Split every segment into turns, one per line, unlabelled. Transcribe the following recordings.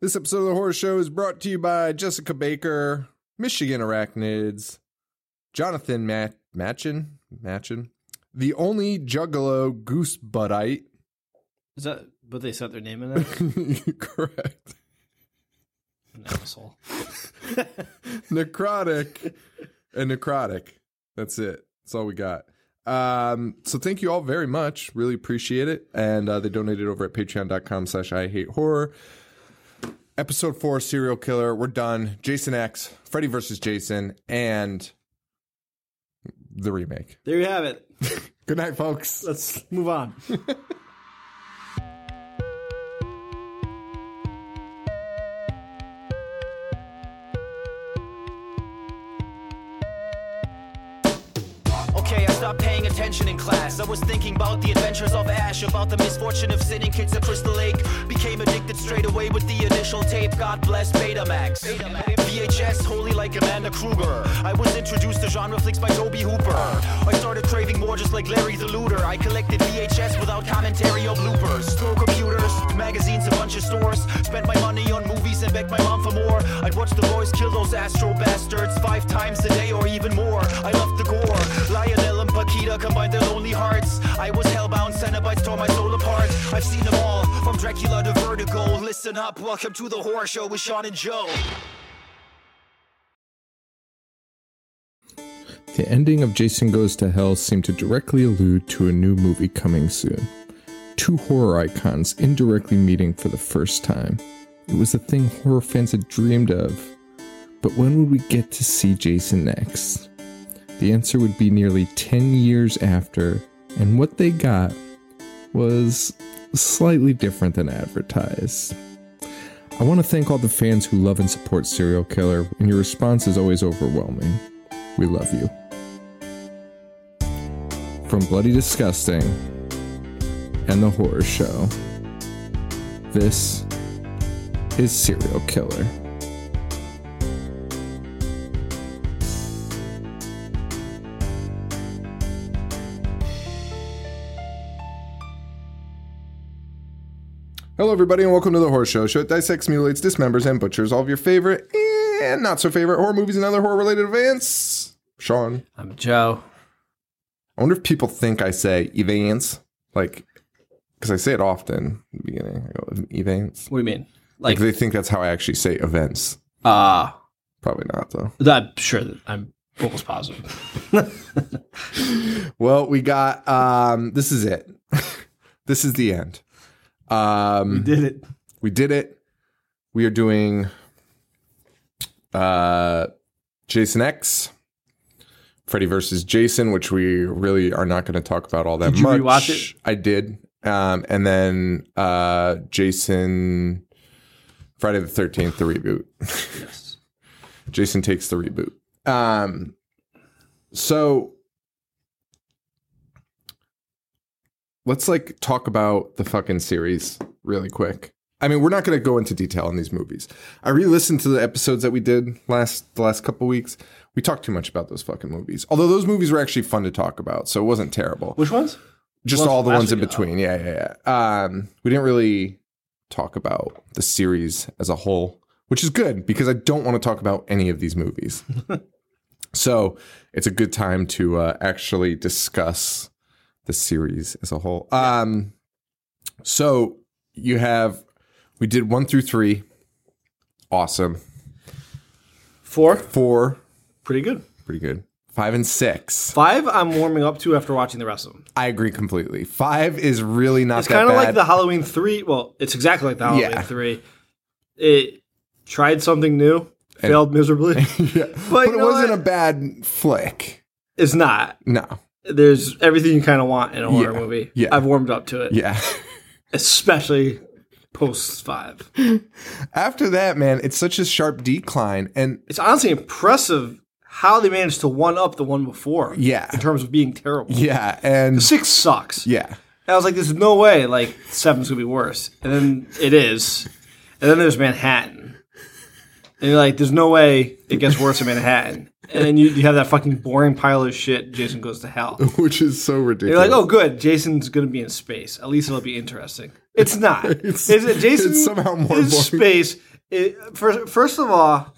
This episode of the Horror Show is brought to you by Jessica Baker, Michigan Arachnids, Jonathan Mat- Matchin, Matchin, the only Juggalo Goose Buttite.
Is that what they set their name in that?
Correct.
An asshole.
Necrotic and Necrotic. That's it. That's all we got. Um, so thank you all very much. Really appreciate it. And uh, they donated over at patreon.com slash I hate horror. Episode four, serial killer. We're done. Jason X, Freddy versus Jason, and the remake.
There you have it.
Good night, folks.
Let's move on.
Okay, I stopped paying attention in class. I was thinking about the adventures of Ash, about the misfortune of sitting kids at Crystal Lake. Became addicted straight away with the initial tape. God bless Betamax. VHS, holy like Amanda Kruger. I was introduced to genre flicks by Toby Hooper. I started craving more just like Larry the Looter. I collected VHS without commentary or bloopers. Store computers, magazines, a bunch of stores. Spent my money on movies and begged my mom for more. I'd watch the boys kill those astro bastards five times a day or even more. I loved the gore. Lionel and Paquita combined their lonely hearts. I was hellbound, Cenobites tore my soul apart. I've seen them all, from Dracula to Vertigo. Listen up, welcome to the horror show with Sean and Joe.
The ending of Jason Goes to Hell seemed to directly allude to a new movie coming soon. Two horror icons indirectly meeting for the first time. It was a thing horror fans had dreamed of. But when would we get to see Jason next? The answer would be nearly 10 years after, and what they got was slightly different than advertised. I want to thank all the fans who love and support Serial Killer, and your response is always overwhelming. We love you. From Bloody Disgusting and The Horror Show, this is Serial Killer. Hello, everybody, and welcome to the Horror Show. Show that dissects, mutilates, dismembers, and butchers all of your favorite and not so favorite horror movies and other horror related events. Sean,
I'm Joe.
I wonder if people think I say events, like, because I say it often in the beginning. I go events.
What do you mean?
Like,
Like,
they think that's how I actually say events.
ah,
Probably not, though.
I'm sure that I'm almost positive.
Well, we got um, this is it. this is the end. Um,
Did it?
we did it. We are doing uh, Jason X, Freddy versus Jason, which we really are not going to talk about all that
Did you
much.
rewatch it?
I did, um, and then uh, Jason Friday the Thirteenth, the reboot.
Yes.
Jason takes the reboot. Um, so let's like talk about the fucking series really quick. I mean, we're not going to go into detail on these movies. I re-listened to the episodes that we did last the last couple weeks. We talked too much about those fucking movies. Although those movies were actually fun to talk about, so it wasn't terrible.
Which ones?
Just
Well,
all the
last
ones in
week, uh,
between. Yeah, yeah, yeah. Um, we didn't really talk about the series as a whole, which is good because I don't want to talk about any of these movies. so it's a good time to uh, actually discuss the series as a whole. Um, so you have, we did one through three. Awesome.
Four.
Four,
Pretty good.
pretty good. Five and six.
Five. I'm warming up to after watching the rest of them.
I agree completely. Five is really not
It's
that
kind of like
bad.
the Halloween three. Well, it's exactly like the Halloween
Yeah.
three. It tried something new, failed miserably.
Yeah.
But
But,
you
it
know
wasn't
what?
a bad flick.
It's not.
No.
There's everything you kind of want in a horror
Yeah.
movie.
Yeah.
I've warmed up to it,
Yeah.
especially post five.
After that, man, it's such a sharp decline. And
it's honestly impressive how they managed to one up the one before.
Yeah.
In terms of being terrible.
yeah. And
Six sucks.
yeah.
And I was like, there's no way like seven's gonna be worse. And then it is. And then there's Manhattan. And you're like, there's no way it gets worse in Manhattan. And then you, you have that fucking boring pile of shit, Jason goes to hell.
Which is so ridiculous.
You're like, oh good, Jason's gonna be in space. At least it'll be interesting. It's not.
It's-
Is it Jason
it's somehow more
is
boring.
space It, first, first of all,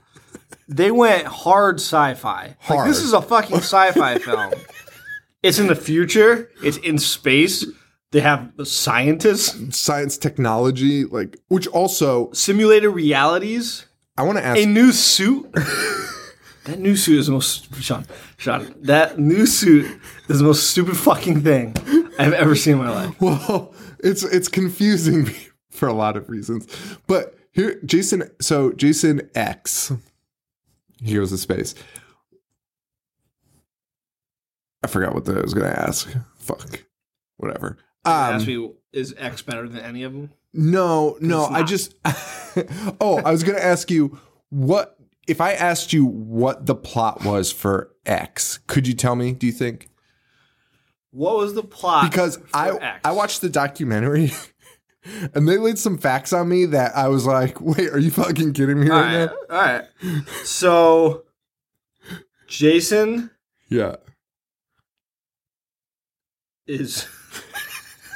they went hard sci-fi. Like,
Hard.
this is a fucking sci-fi film. It's in the future. It's in space. They have scientists,
Science, technology, like which also
simulated realities,
I want to ask.
a new suit. that new suit is the most Sean. Sean, that new suit is the most stupid fucking thing I've ever seen in my life.
well, it's it's confusing for a lot of reasons, but here Jason. So Jason X. Here was the space. I forgot what the, I was going to ask. Fuck, whatever. Um,
Ask me, is X better than any of them?
No, no, I
not.
just Oh, I was going to ask you what if I asked you what the plot was for X, could you tell me, do you think?
What was the plot?
Because
for
I
X?
I watched the documentary and they laid some facts on me that I was like, "Wait, are you fucking kidding me
All
right,
right,
now?"
all right. So, Jason
Yeah.
is.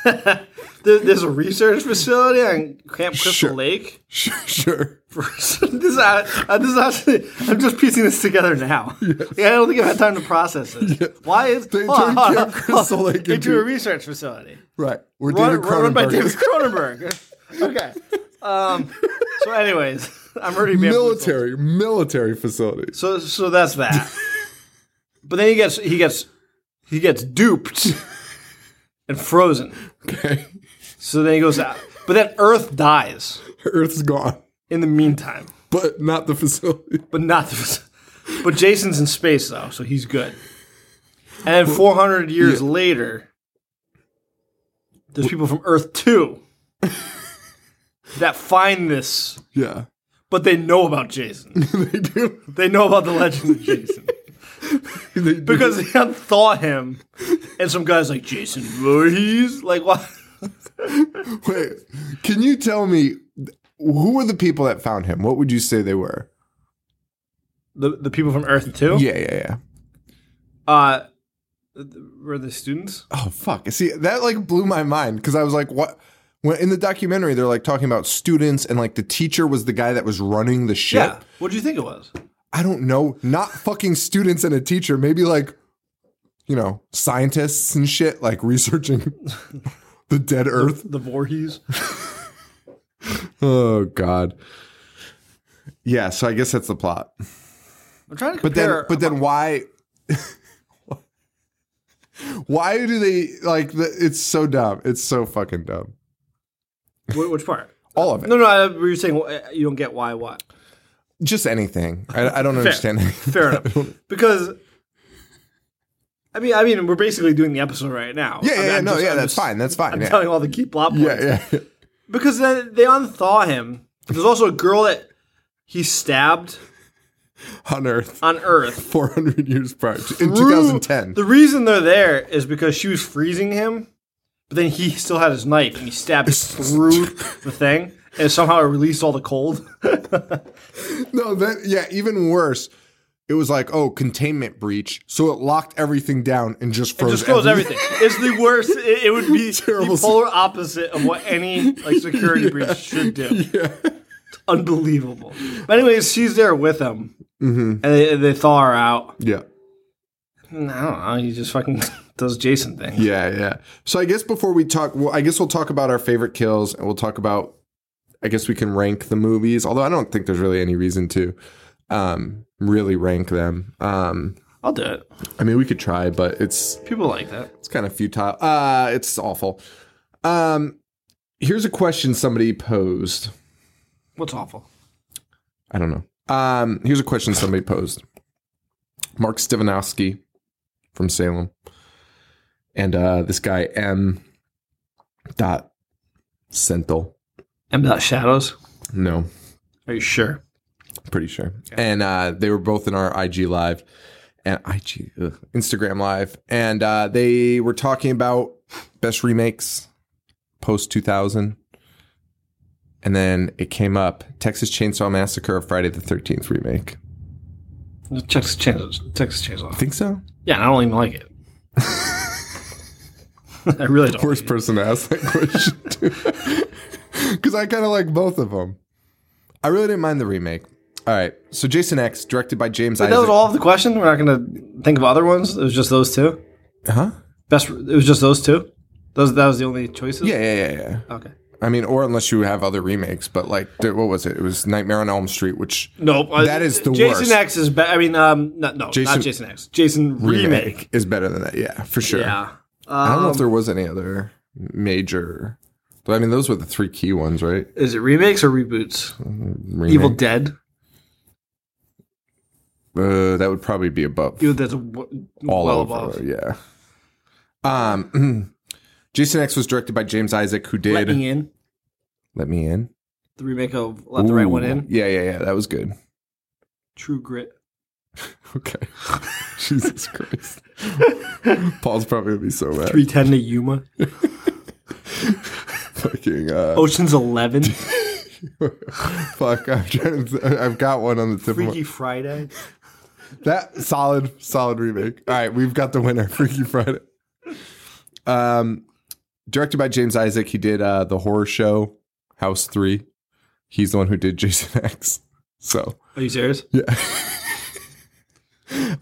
There- There's a research facility on Camp Crystal
Sure.
Lake.
Sure, sure.
this is, uh, this is actually, I'm just piecing this together now. Yeah, I don't think I've had time to process this. Why is
They
hold on,
turned
hold on,
Camp
hold
Crystal
on.
Lake
into
into-
a research facility?
Right. We're
Run,
David
run by David
Cronenberg.
Cronenberg. okay. Um, so, anyways, I'm already being
Military, military facilities.
So so that's that. but then he gets he gets he gets duped and frozen.
Okay.
So then he goes out. But then Earth dies
Earth's gone,
in the meantime.
but not the facility.
But not the But Jason's in space though, so he's good. And then 400 years later there's people from Earth 2 that find this,
Yeah.
but they know about Jason.
they do.
They know about the legend of Jason.
They do.
because they unthaw him, and some guys like Jason Voorhees, like what?
Wait, can you tell me who were the people that found him? What would you say they were?
The the people from Earth Two,
Yeah, yeah, yeah.
uh, were the students?
Oh fuck! See, that like blew my mind because I was like, what? When in the documentary, they're like talking about students and like the teacher was the guy that was running the ship.
What do you think it was?
I don't know, not fucking students and a teacher. Maybe like, you know, scientists and shit, like researching the dead Earth.
The Voorhees.
Oh god. Yeah, so I guess that's the plot.
I'm trying to
But then,
compare.
but then, why? why do they like? The, it's so dumb. It's so fucking dumb.
Wh- which part?
All of it.
No, no. I, you were saying uh, you don't get why what?
Just anything. I, I don't understand. anything.
Fair enough. Because. I mean, I mean, we're basically doing the episode right now.
Yeah,
I
yeah,
mean,
yeah,
I'm
no,
just-
yeah.
I'm
That's
just-
fine. That's fine.
I'm
Yeah.
telling all the key plot points.
yeah, yeah,
because then they unthaw him. There's also a girl that he stabbed
On Earth,
on Earth.
four hundred years prior to- in two
Through-
thousand ten.
The reason they're there is because she was freezing him, but then he still had his knife and he stabbed it through the thing, and somehow it released all the cold.
No, that yeah. Even worse, it was like oh containment breach, so it locked everything down and just froze.
Just froze everything. It's the worst. It, it would be
Terrible.
the polar opposite of what any like security breach should do. Unbelievable. But anyways, she's there with him,
Mm-hmm.
and they, they thaw her out.
Yeah.
And I don't know. He just fucking does Jason thing.
Yeah, yeah. So I guess before we talk, well, I guess we'll talk about our favorite kills, and we'll talk about. I guess we can rank the movies, although I don't think there's really any reason to um, really rank them. Um,
I'll do it.
I mean, we could try, but it's
People like that.
it's kind of futile. Uh, it's awful. Um, here's a question somebody posed.
What's awful?
I don't know. Um, here's a question somebody posed. Mark Stevanowski from Salem, and uh, this guy M. Dot Senthil.
M. Dot Shadows.
No,
Are you sure?
I'm pretty sure. And uh, they were both in our IG live and IG ugh, Instagram live, and uh, they were talking about best remakes post 2000. And then it came up Texas Chainsaw Massacre, Friday the 13th remake.
Texas Chainsaw. Texas Chainsaw.
Think so?
Yeah, and I don't even like it. I really don't.
worst person to ask that question to. Because I kind of like both of them. I really didn't mind the remake. All right, so Jason X, directed by James.
But that was all of the question. We're not going to think of other ones. It was just those two.
Huh?
Best. It was just those two. Those. That was the only choices.
Yeah, yeah, yeah, yeah.
Okay.
I mean, or unless you have other remakes, but like, there- what was it? It was Nightmare on Elm Street, which
Nope.
That is the
Jason
worst.
X is. Be- I mean, um, not, no,
Jason-
not Jason X. Jason remake.
is better than that. Yeah, for sure.
Yeah. um,
I don't know if there was any other major. But I mean, those were the three key ones, right?
Is it remakes or reboots?
Remake.
Evil Dead.
Uh, that would probably be above
Evil Dead's w-
all
well
over.
above.
Yeah. Um, Jason X was directed by James Isaac, who did
Let me in.
Let Me In.
The remake of Let the Right One
Ooh.
In.
Yeah, yeah, yeah. That was good.
True Grit.
Okay. Jesus Christ. Paul's probably gonna be so mad.
Three Ten to Yuma.
Fucking uh,
Ocean's Eleven.
fuck. I'm trying to, I've got one on the tip of my
Oh. Freaky Friday.
That solid, solid remake. All right, we've got the winner, Freaky Friday. Um, directed by James Isaac, he did uh the horror show House Three. He's the one who did Jason X. So
Are you serious?
yeah.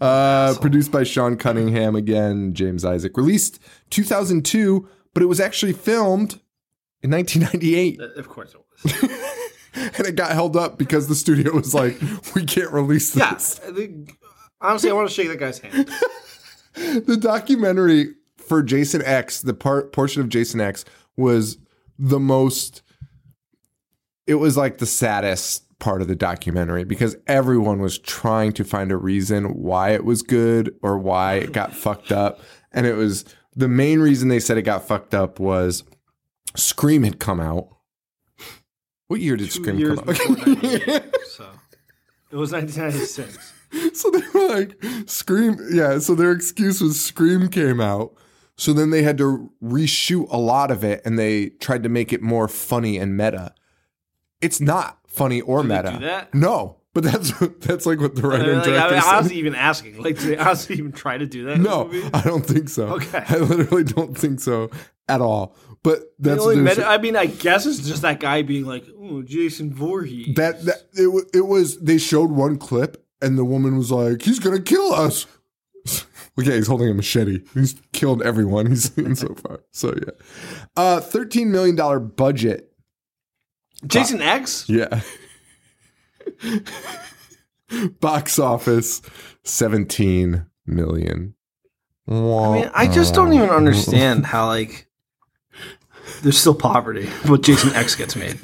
uh, produced by Sean Cunningham again, James Isaac. Released 2002, but it was actually filmed in 1998
Uh, Of course it was.
and it got held up because the studio was like we can't release this
Yes. I think- Honestly, I want to shake that guy's hand.
the documentary for Jason X, the part portion of Jason X was the most it was like the saddest part of the documentary because everyone was trying to find a reason why it was good or why it got fucked up and it was the main reason they said it got fucked up was Scream had come out. What year did
Two
Scream
years
come out?
before 98, so. It was 1996.
So they were like, Scream. Yeah. So their excuse was Scream came out. So then they had to reshoot a lot of it and they tried to make it more funny and meta. It's not funny or
they
meta.
do that?
No. But that's that's like what the
I
writer
mean,
and
like, I
director
mean,
said.
honestly, even asking, like, did they honestly even try to do that? in the
No, Uh,
movie?
I don't think so.
Okay.
I literally don't think so at all. But
The
that's what
only
they were
med-
saying.
I mean, I guess it's just that guy being like, "Oh, Jason Voorhees."
that, that it, wa- it was they showed one clip and the woman was like he's gonna kill us okay he's holding a machete he's killed everyone he's seen so far so yeah uh 13 million dollar budget
Jason
uh,
X.
yeah box office 17 million
I mean, I just don't even understand how like there's still poverty, but Jason X gets made.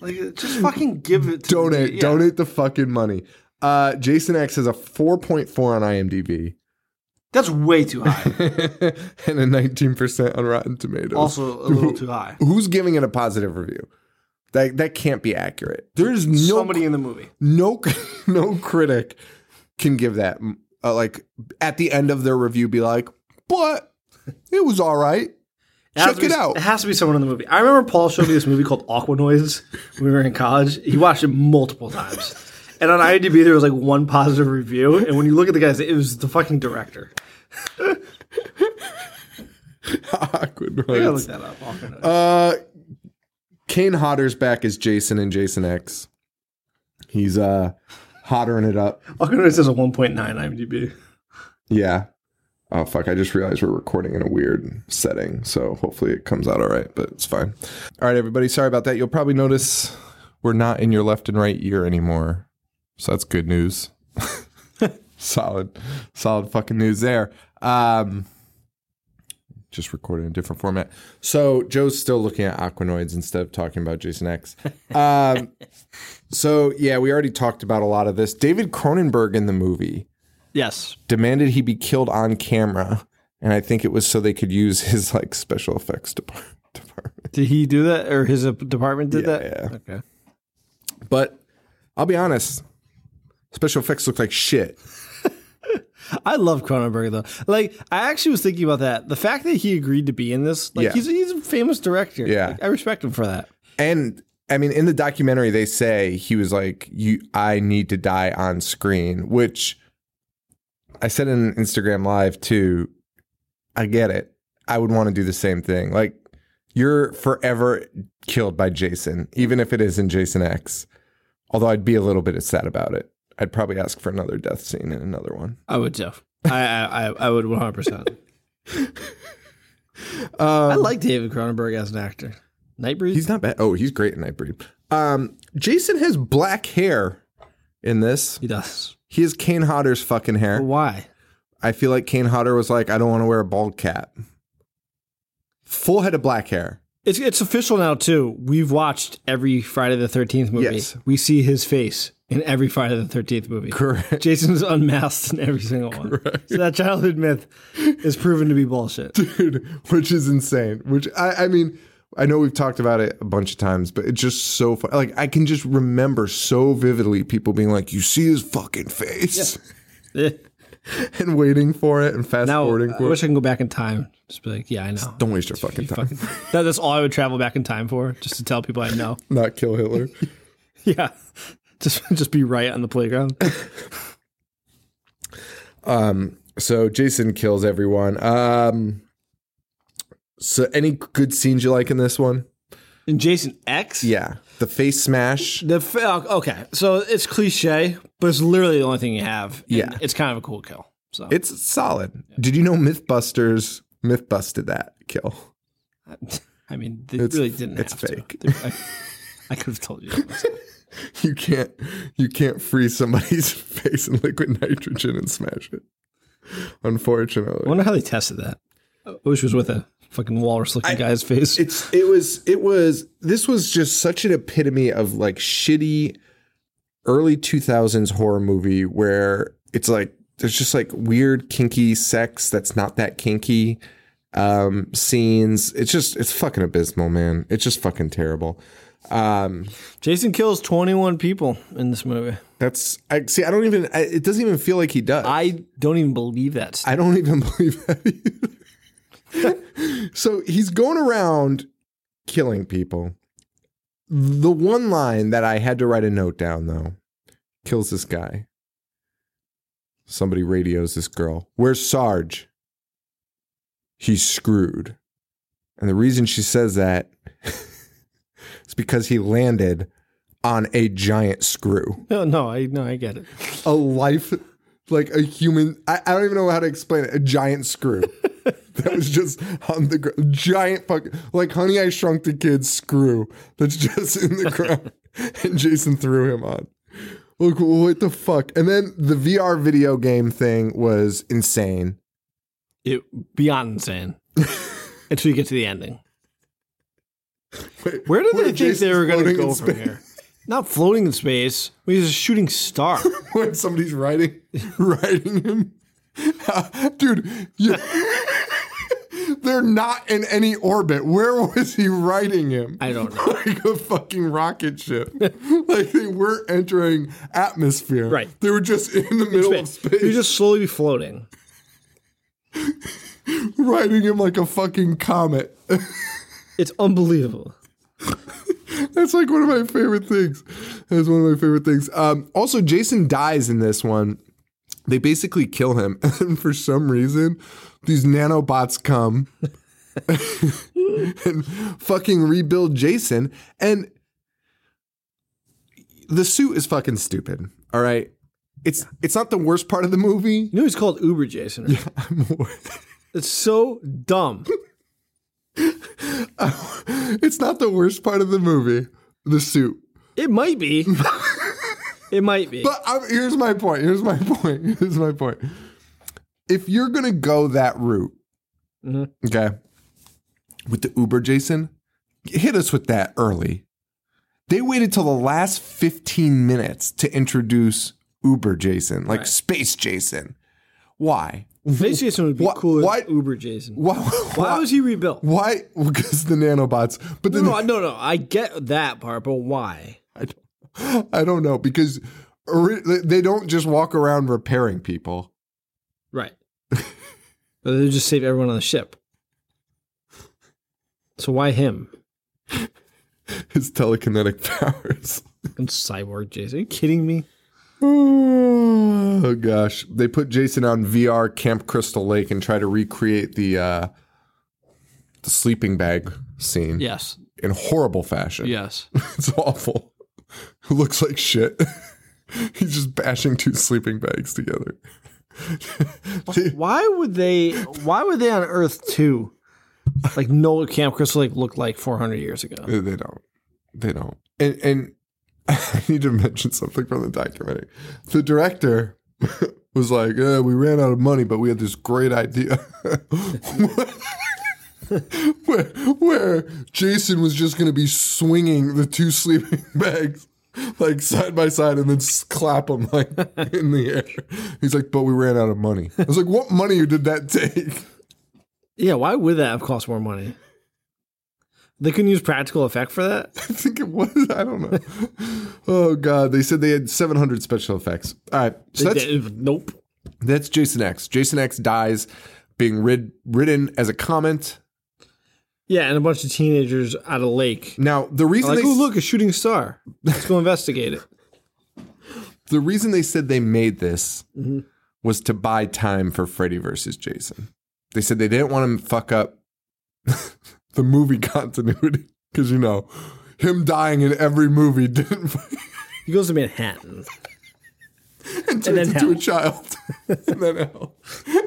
Like, just fucking give it. To
donate
yeah.
donate the fucking money uh jason x has a 4.4 on imdb
That's way too high.
and a 19% on rotten tomatoes
Also, a little too high.
who's giving it a positive review? That that can't be accurate. There's no
Somebody in the movie.
no no critic can give that uh, like at the end of their review be like, but it was all right.
It has
Check
to be-
it out.
It has to be someone in the movie. I remember Paul showed me this movie called Aqua Noise when we were in college. He watched it multiple times. And on IMDb, there was like one positive review. And when you look at the guys, it was the fucking director.
Awkward
I gotta look
noise.
that up. Aqua Noise.
Uh, Kane Hodder's back as Jason and Jason X. He's uh hottering it up.
Aqua Noise has a 1.9 IMDb.
Yeah. Oh fuck! I just realized we're recording in a weird setting, so hopefully it comes out all right, but it's fine. All right, everybody. Sorry about that. You'll probably notice we're not in your left and right ear anymore, so that's good news. solid, solid fucking news there. Um, just recorded in a different format. So Joe's still looking at Aquanoids instead of talking about Jason X. Um, so yeah, we already talked about a lot of this. David Cronenberg in the movie
Yes.
demanded he be killed on camera, and I think it was so they could use his like special effects depart- department.
Did he do that? Or his uh, department did that?
Yeah.
Okay.
But I'll be honest, special effects look like shit.
I love Cronenberg though. Like I actually was thinking about that. The fact that he agreed to be in this, like
Yeah.
he's he's a famous director.
Yeah.
Like, I respect him for that.
And I mean, in the documentary, they say he was like, "You, I need to die on screen," which I said in an Instagram live too. I get it. I would want to do the same thing. Like, you're forever killed by Jason, even if it isn't Jason X. Although I'd be a little bit sad about it. I'd probably ask for another death scene in another one.
I would too. I I, I, I would 100. percent I like David Cronenberg as an actor. Nightbreed.
He's not bad. Oh, he's great in Nightbreed. Um, Jason has black hair in this.
he does.
He has Kane Hodder's fucking hair.
But why?
I feel like Kane Hodder was like, I don't want to wear a bald cap. Full head of black hair.
It's it's official now too. We've watched every Friday the Thirteenth movie.
Yes.
We see his face in every Friday the Thirteenth movie.
Correct.
Jason's unmasked in every single one. So that childhood myth is proven to be bullshit.
which is insane. Which I, I mean, I know we've talked about it a bunch of times, but it's just so fun. Like I can just remember so vividly people being like, "You see his fucking face,"
Eh.
and waiting for it and fast
now uh,
forwarding
I
for
wish
it.
I can go back in time. Just be like, yeah, I know.
Don't waste your fucking time.
Fucking- that, that's all I would travel back in time for, just to tell people I know.
Not kill Hitler.
Yeah. Just just be right on the playground.
so Jason kills everyone. Um, so any good scenes you like in this one?
And Jason X?
Yeah, the face smash.
The f- oh, okay, so it's cliche, but it's literally the only thing you have. and
Yeah.
it's kind of a cool kill. So
It's solid. Did you know MythBusters myth busted that kill?
I mean, they
It's-
really didn't.
it's
have to.
fake.
They- I, I could have told you. That myself.
You can't you can't freeze somebody's face in liquid nitrogen and smash it.
I
Unfortunately.
wonder how they tested that. I wish it was with a fucking walrus-looking guy's face.
It's Oh. it was it was this was just such an epitome of like shitty early 2000s horror movie where it's like there's just like weird kinky sex that's not that kinky um scenes. It's just it's fucking abysmal, man. It's just fucking terrible. Um
Jason kills twenty-one people in this movie.
That's I see. I don't even. I, it doesn't even feel like he does. I,
I don't even believe that. st-
don't even believe that. Either. so he's going around killing people. The one line that I had to write a note down though kills this guy. Somebody radios this girl. Where's Sarge? He's screwed. And the reason she says that is because he landed on a giant screw
no, no, I no, I get it.
a life like a human I, I don't even know how to explain it a giant screw that was just on the ground giant fucking like honey i shrunk the kids screw that's just in the ground and jason threw him on look what the fuck and then the vr video game thing was insane
It beyond insane. Until you get to the ending. Where did
where
they think they
Jason's
were going to
floating
go
in
from
space.
here? Not floating in space. He's a shooting star.
when somebody's riding riding him. Dude, you, they're not in any orbit. Where was he riding him?
I don't know.
Like a fucking rocket ship. like they weren't entering atmosphere.
Right.
They were just in the middle of space,
You're just slowly floating.
riding him like a fucking comet.
It's unbelievable.
That's like one of my favorite things. That's one of my favorite things. Um, also, Jason dies in this one. They basically kill him, and for some reason, these nanobots come and fucking rebuild Jason. And the suit is fucking stupid. All right, it's it's not the worst part of the movie.
You know he's called Uber Jason. Right?
I'm aware.
It's so dumb.
it's not the worst part of the movie. The suit.
It might be. it might be.
But I'm, here's my point. Here's my point. Here's my point. If you're gonna go that route, okay, with the Uber Jason, hit us with that early. They waited till the last 15 minutes to introduce Uber Jason, like Space Jason. Why?
Space Jason would be
Why-
cooler
why-
than Uber Jason.
Why?
Why was he rebuilt?
Why? Because the nanobots. But
No,
then
no, no, no. I get that part, but why?
I don't, I don't know because ori- they don't just walk around repairing people.
Right. Or they just save everyone on the ship. So why him?
His telekinetic powers.
And Cyborg Jason. Are you kidding me?
Oh gosh, they put Jason on VR Camp Crystal Lake and try to recreate the uh, the sleeping bag scene
Yes.
in horrible fashion.
Yes.
it's awful. who looks like shit. He's just bashing two sleeping bags together.
Why would they? Why would they on Earth too? Like know what Camp Crystal Lake looked like 400 years ago.
They they don't. They don't. And and I need to mention something from the documentary. The director was like, eh, "We ran out of money, but we had this great idea." where, where Jason was just going to be swinging the two sleeping bags like side by side and then s- clap them like in the air. He's like, "But we ran out of money." I was like, "What money did that take?"
Yeah, why would that have cost more money? They couldn't use practical effect for that.
I think it was. I don't know. Oh God! They said they had 700 special effects. All right, so that's
They- nope.
that's Jason X. Jason X dies being rid ridden as a comment.
Yeah, and a bunch of teenagers at a lake.
Now the reason
Like,
they
oh look, a shooting star. Let's go investigate it.
the reason they said they made this
Mm-hmm.
was to buy time for Freddy versus Jason. They said they didn't want to fuck up the movie continuity because you know him dying in every movie didn't
He goes to Manhattan.
turns
then
into
hell.
a child. and then hell.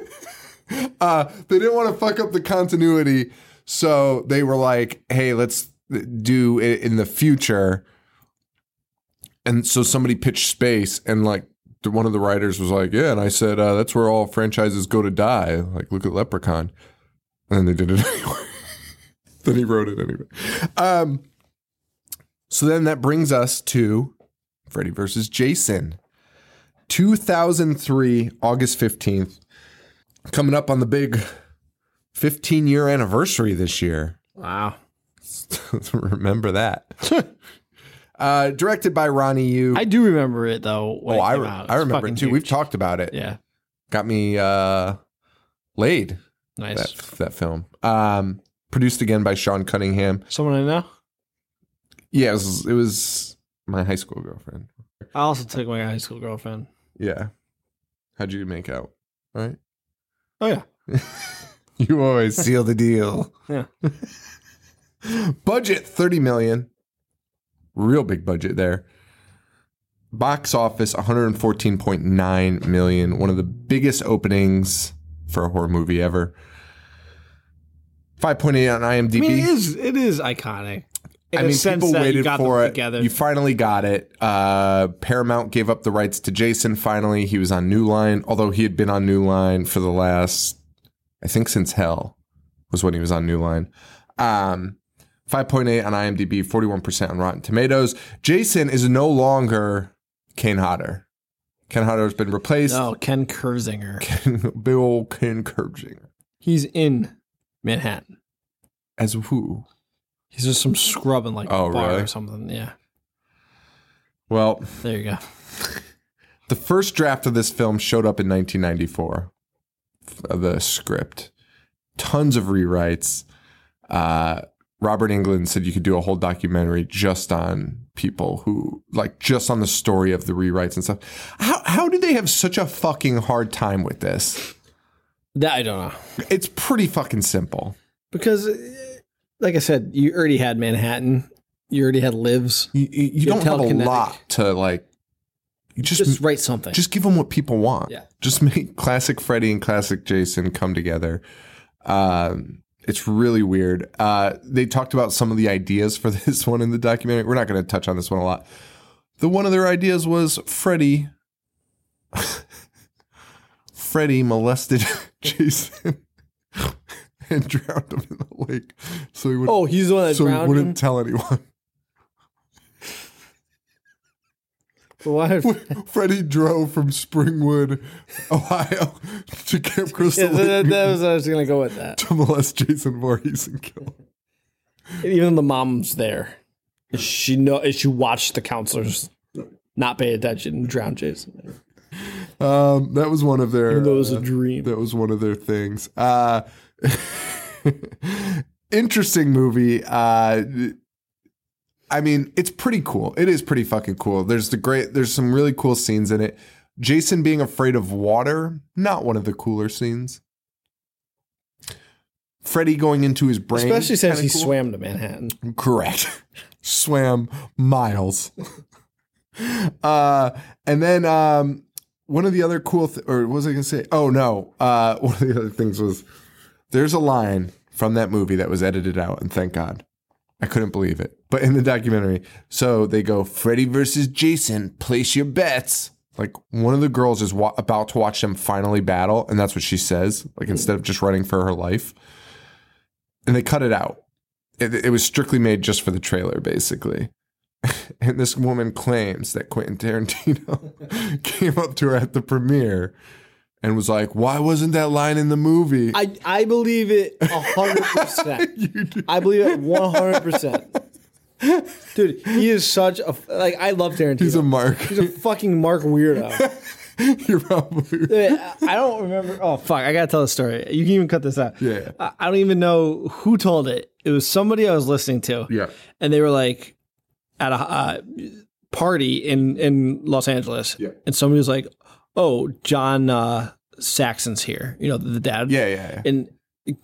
Uh, they didn't want to fuck up the continuity, so they were like, "Hey, let's do it in the future." And so somebody pitched space, and like the- one of the writers was like, "Yeah," and I said, uh, "That's where all franchises go to die." Like, look at Leprechaun, and then they did it anyway. then he wrote it anyway. Um, so then that brings us to Freddy versus Jason. 2003, August 15th. Coming up on the big 15 year anniversary this year.
Wow.
Remember that. uh, directed by Ronnie Yu.
I do remember it though. When
oh,
it
I,
came
re-
out.
I
It's
remember
fucking
it too. We've
huge.
talked about it.
Yeah.
Got me uh, laid,
Nice.
that, that film. Um, produced again by Sean Cunningham.
Someone I know.
Yeah, it was, it was my high school girlfriend.
I also took my high school girlfriend.
Yeah. How'd you make out? All right.
Oh yeah.
You always seal the deal.
Yeah.
budget 30 million. Real big budget there. Box office 114.9 million, one of the biggest openings for a horror movie ever. 5.8 on IMDb.
I mean, it is it is iconic. In
I
a
mean,
sense
people
that you
waited
got
for
them
it.
together.
You finally got it. Uh, Paramount gave up the rights to Jason. Finally, he was on New Line, although he had been on New Line for the last, I think, since Hell was when he was on New Line. Um, 5.8 on IMDb, 41% on Rotten Tomatoes. Jason is no longer Kane Hodder. Ken Hodder has been replaced.
Oh, Ken Kersinger.
Bill Ken Kerjinger.
He's in Manhattan.
As who?
He's just some scrub in like
Oh,
a bar
really?
or something. Yeah.
Well,
There you go.
The first draft of this film showed up in 1994, f- the script. Tons of rewrites. Uh, Robert England said you could do a whole documentary just on people who, like, just on the story of the rewrites and stuff. How, how do they have such a fucking hard time with this?
That I don't know.
It's pretty fucking simple.
Because uh, like I said, you already had Manhattan. You already had lives.
You, you, you don't have a
telekinetic.
lot to, like, you just,
Just write something.
just give them what people want.
Yeah.
Just make classic Freddy and classic Jason come together. Um, it's really weird. Uh, they talked about some of the ideas for this one in the documentary. We're not going to touch on this one a lot. The one of their ideas was Freddy. Freddy molested Jason and drowned him in the lake, so he would
oh, he's the one that
so he
drowned
wouldn't
him?
tell anyone.
Why-
Freddie drove from Springwood, Ohio, to Camp
Yeah,
Crystal Lake
that, that was I was gonna go with that.
to molest Jason Voorhees and kill him.
Even the mom's there. She know she watched the counselors not pay attention and drown Jason.
Um, that was one of their.
Even though it was
uh,
a dream.
That was one of their things. Uh, interesting movie. Uh, I mean, it's pretty cool. It is pretty fucking cool. There's the great. There's some really cool scenes in it. Jason being afraid of water, not one of the cooler scenes. Freddy going into his brain,
Especially since
kinda
he
cool.
swam to Manhattan.
Correct. Swam miles. Uh, and then um, one of the other cool, th- or what was I going to say? Oh no, uh, one of the other things was there's a line from that movie that was edited out, and thank God, I couldn't believe it. But in the documentary, so they go Freddy versus Jason, place your bets. Like one of the girls is wa- about to watch them finally battle, and that's what she says. Like instead of just running for her life, and they cut it out. It, it was strictly made just for the trailer, basically. And this woman claims that Quentin Tarantino came up to her at the premiere and was like, "Why wasn't that line in the movie?"
I I believe it hundred percent. I believe it one hundred percent. Dude, he is such a like. I love Tarantino.
He's a mark.
He's a fucking Mark weirdo.
You're probably
Dude, I I don't remember. Oh fuck! I gotta tell the story. You can even cut this out.
Yeah.
I, I don't even know who told it. It was somebody I was listening to.
yeah.
and they were like at a uh, party in in Los Angeles,
Yeah.
and somebody was like, "Oh, John uh, Saxon's here," you know, the dad.
Yeah, yeah, yeah.
And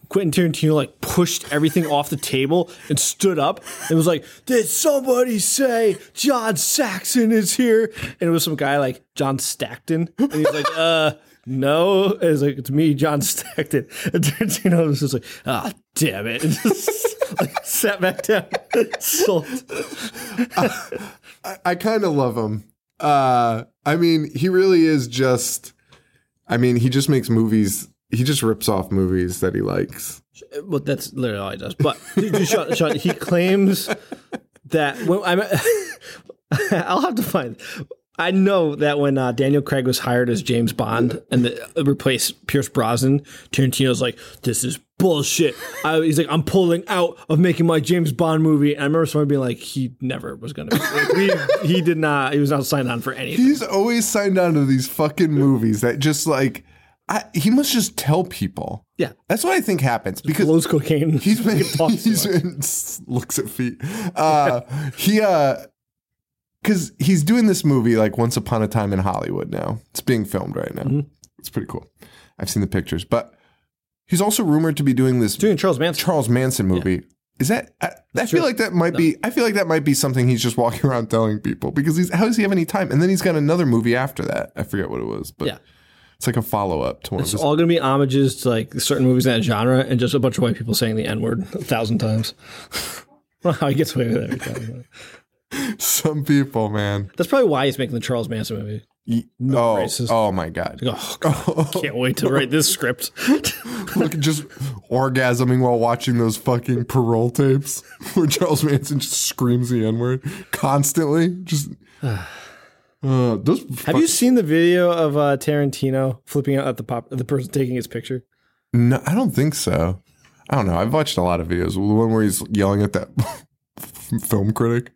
Quentin Tarantino like pushed everything off the table and stood up and was like, "Did somebody say John Saxon is here?" And it was some guy like John Stackton, and he was like, "Uh." No, and it's like it's me, John Stackton. And Tarantino was just like, ah, damn it. And just like sat back down. Sold.
I, I kind of love him. Uh, I mean, he really is just. I mean, he just makes movies. He just rips off movies that he likes.
Well, that's literally all he does. But dude, dude, Sean, Sean, he claims that when I'm, I'll have to find. I know that when uh, Daniel Craig was hired as James Bond and the, uh, replaced Pierce Brosnan, Tarantino's like, "This is bullshit." I, he's like, "I'm pulling out of making my James Bond movie." And I remember someone being like, "He never was going to. be like, we, He did not. He was not signed on for anything."
He's always signed on to these fucking movies that just like. I, he must just tell people.
Yeah.
That's what I think happens because
Blows cocaine.
He's been
talks too
he's been looks at feet. Uh, he uh, because he's doing this movie like Once Upon a Time in Hollywood. Now it's being filmed right now.
Mm-hmm.
It's pretty cool. I've seen the pictures, but he's also rumored to be doing this
doing Charles Manson.
Charles Manson movie. Is that? I, I feel like that might be. I feel like that might be something he's just walking around telling people because he's how does he have any time? And then he's got another movie after that. I forget what it was, but
Yeah.
it's like a follow up to one of
It's
his
all gonna be homages to like certain movies in that genre, and just a bunch of white people saying the N word a thousand times. Wow, he gets away with it. every time.
some people, man.
That's probably why he's making the Charles Manson movie.
oh,
racist.
oh my god.
Oh, God, can't wait to write this script.
Look, just orgasming while watching those fucking parole tapes where Charles Manson just screams the N word constantly. Just uh, those.
Have you seen the video of uh, Tarantino flipping out at the pop, the person taking his picture?
No, I don't think so. I don't know. I've watched a lot of videos. The one where he's yelling at that film critic.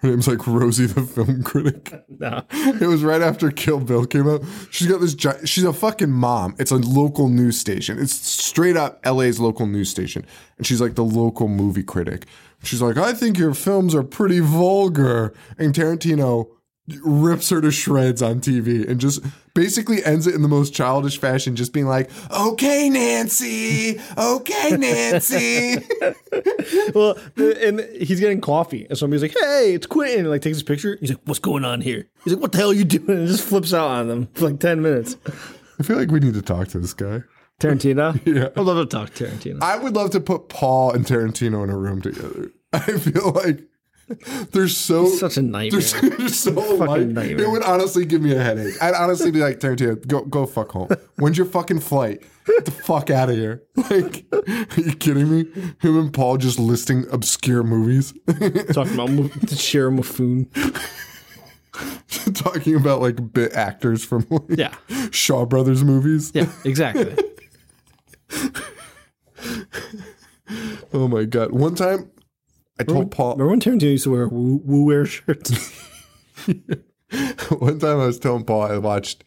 Her name's like Rosie the film critic.
No,
It was right after Kill Bill came out. She's got this. gi- She's a fucking mom. It's a local news station. It's straight up LA's local news station, and she's like the local movie critic. She's like, I think your films are pretty vulgar, and Tarantino rips her to shreds on TV and just basically ends it in the most childish fashion, just being like, "Okay, Nancy. Okay, Nancy."
well, and he's getting coffee, and somebody's like, "Hey, it's Quentin!" And, like takes his picture. He's like, "What's going on here?" He's like, "What the hell are you doing?" And just flips out on them for like ten minutes.
I feel like we need to talk to this guy.
Tarantino. Yeah, I love to talk to Tarantino.
I would love to put Paul and Tarantino in a room together. I feel like they're so
Such a
they're,
nightmare.
so- they're so alike.
nightmare.
It would honestly give me a headache. I'd honestly be like Tarantino, go go fuck home. When's your fucking flight? Get the fuck out of here! Like, are you kidding me? Him and Paul just listing obscure movies,
talking about Mo- Shira Mafoon.
talking about like bit actors from like
Yeah.
Shaw Brothers movies.
Yeah, exactly.
Oh my god! One time, I
Hmm?
told Paul.
Remember when Tarantino used to wear woo woo wear shirts?
One time I was telling Paul I watched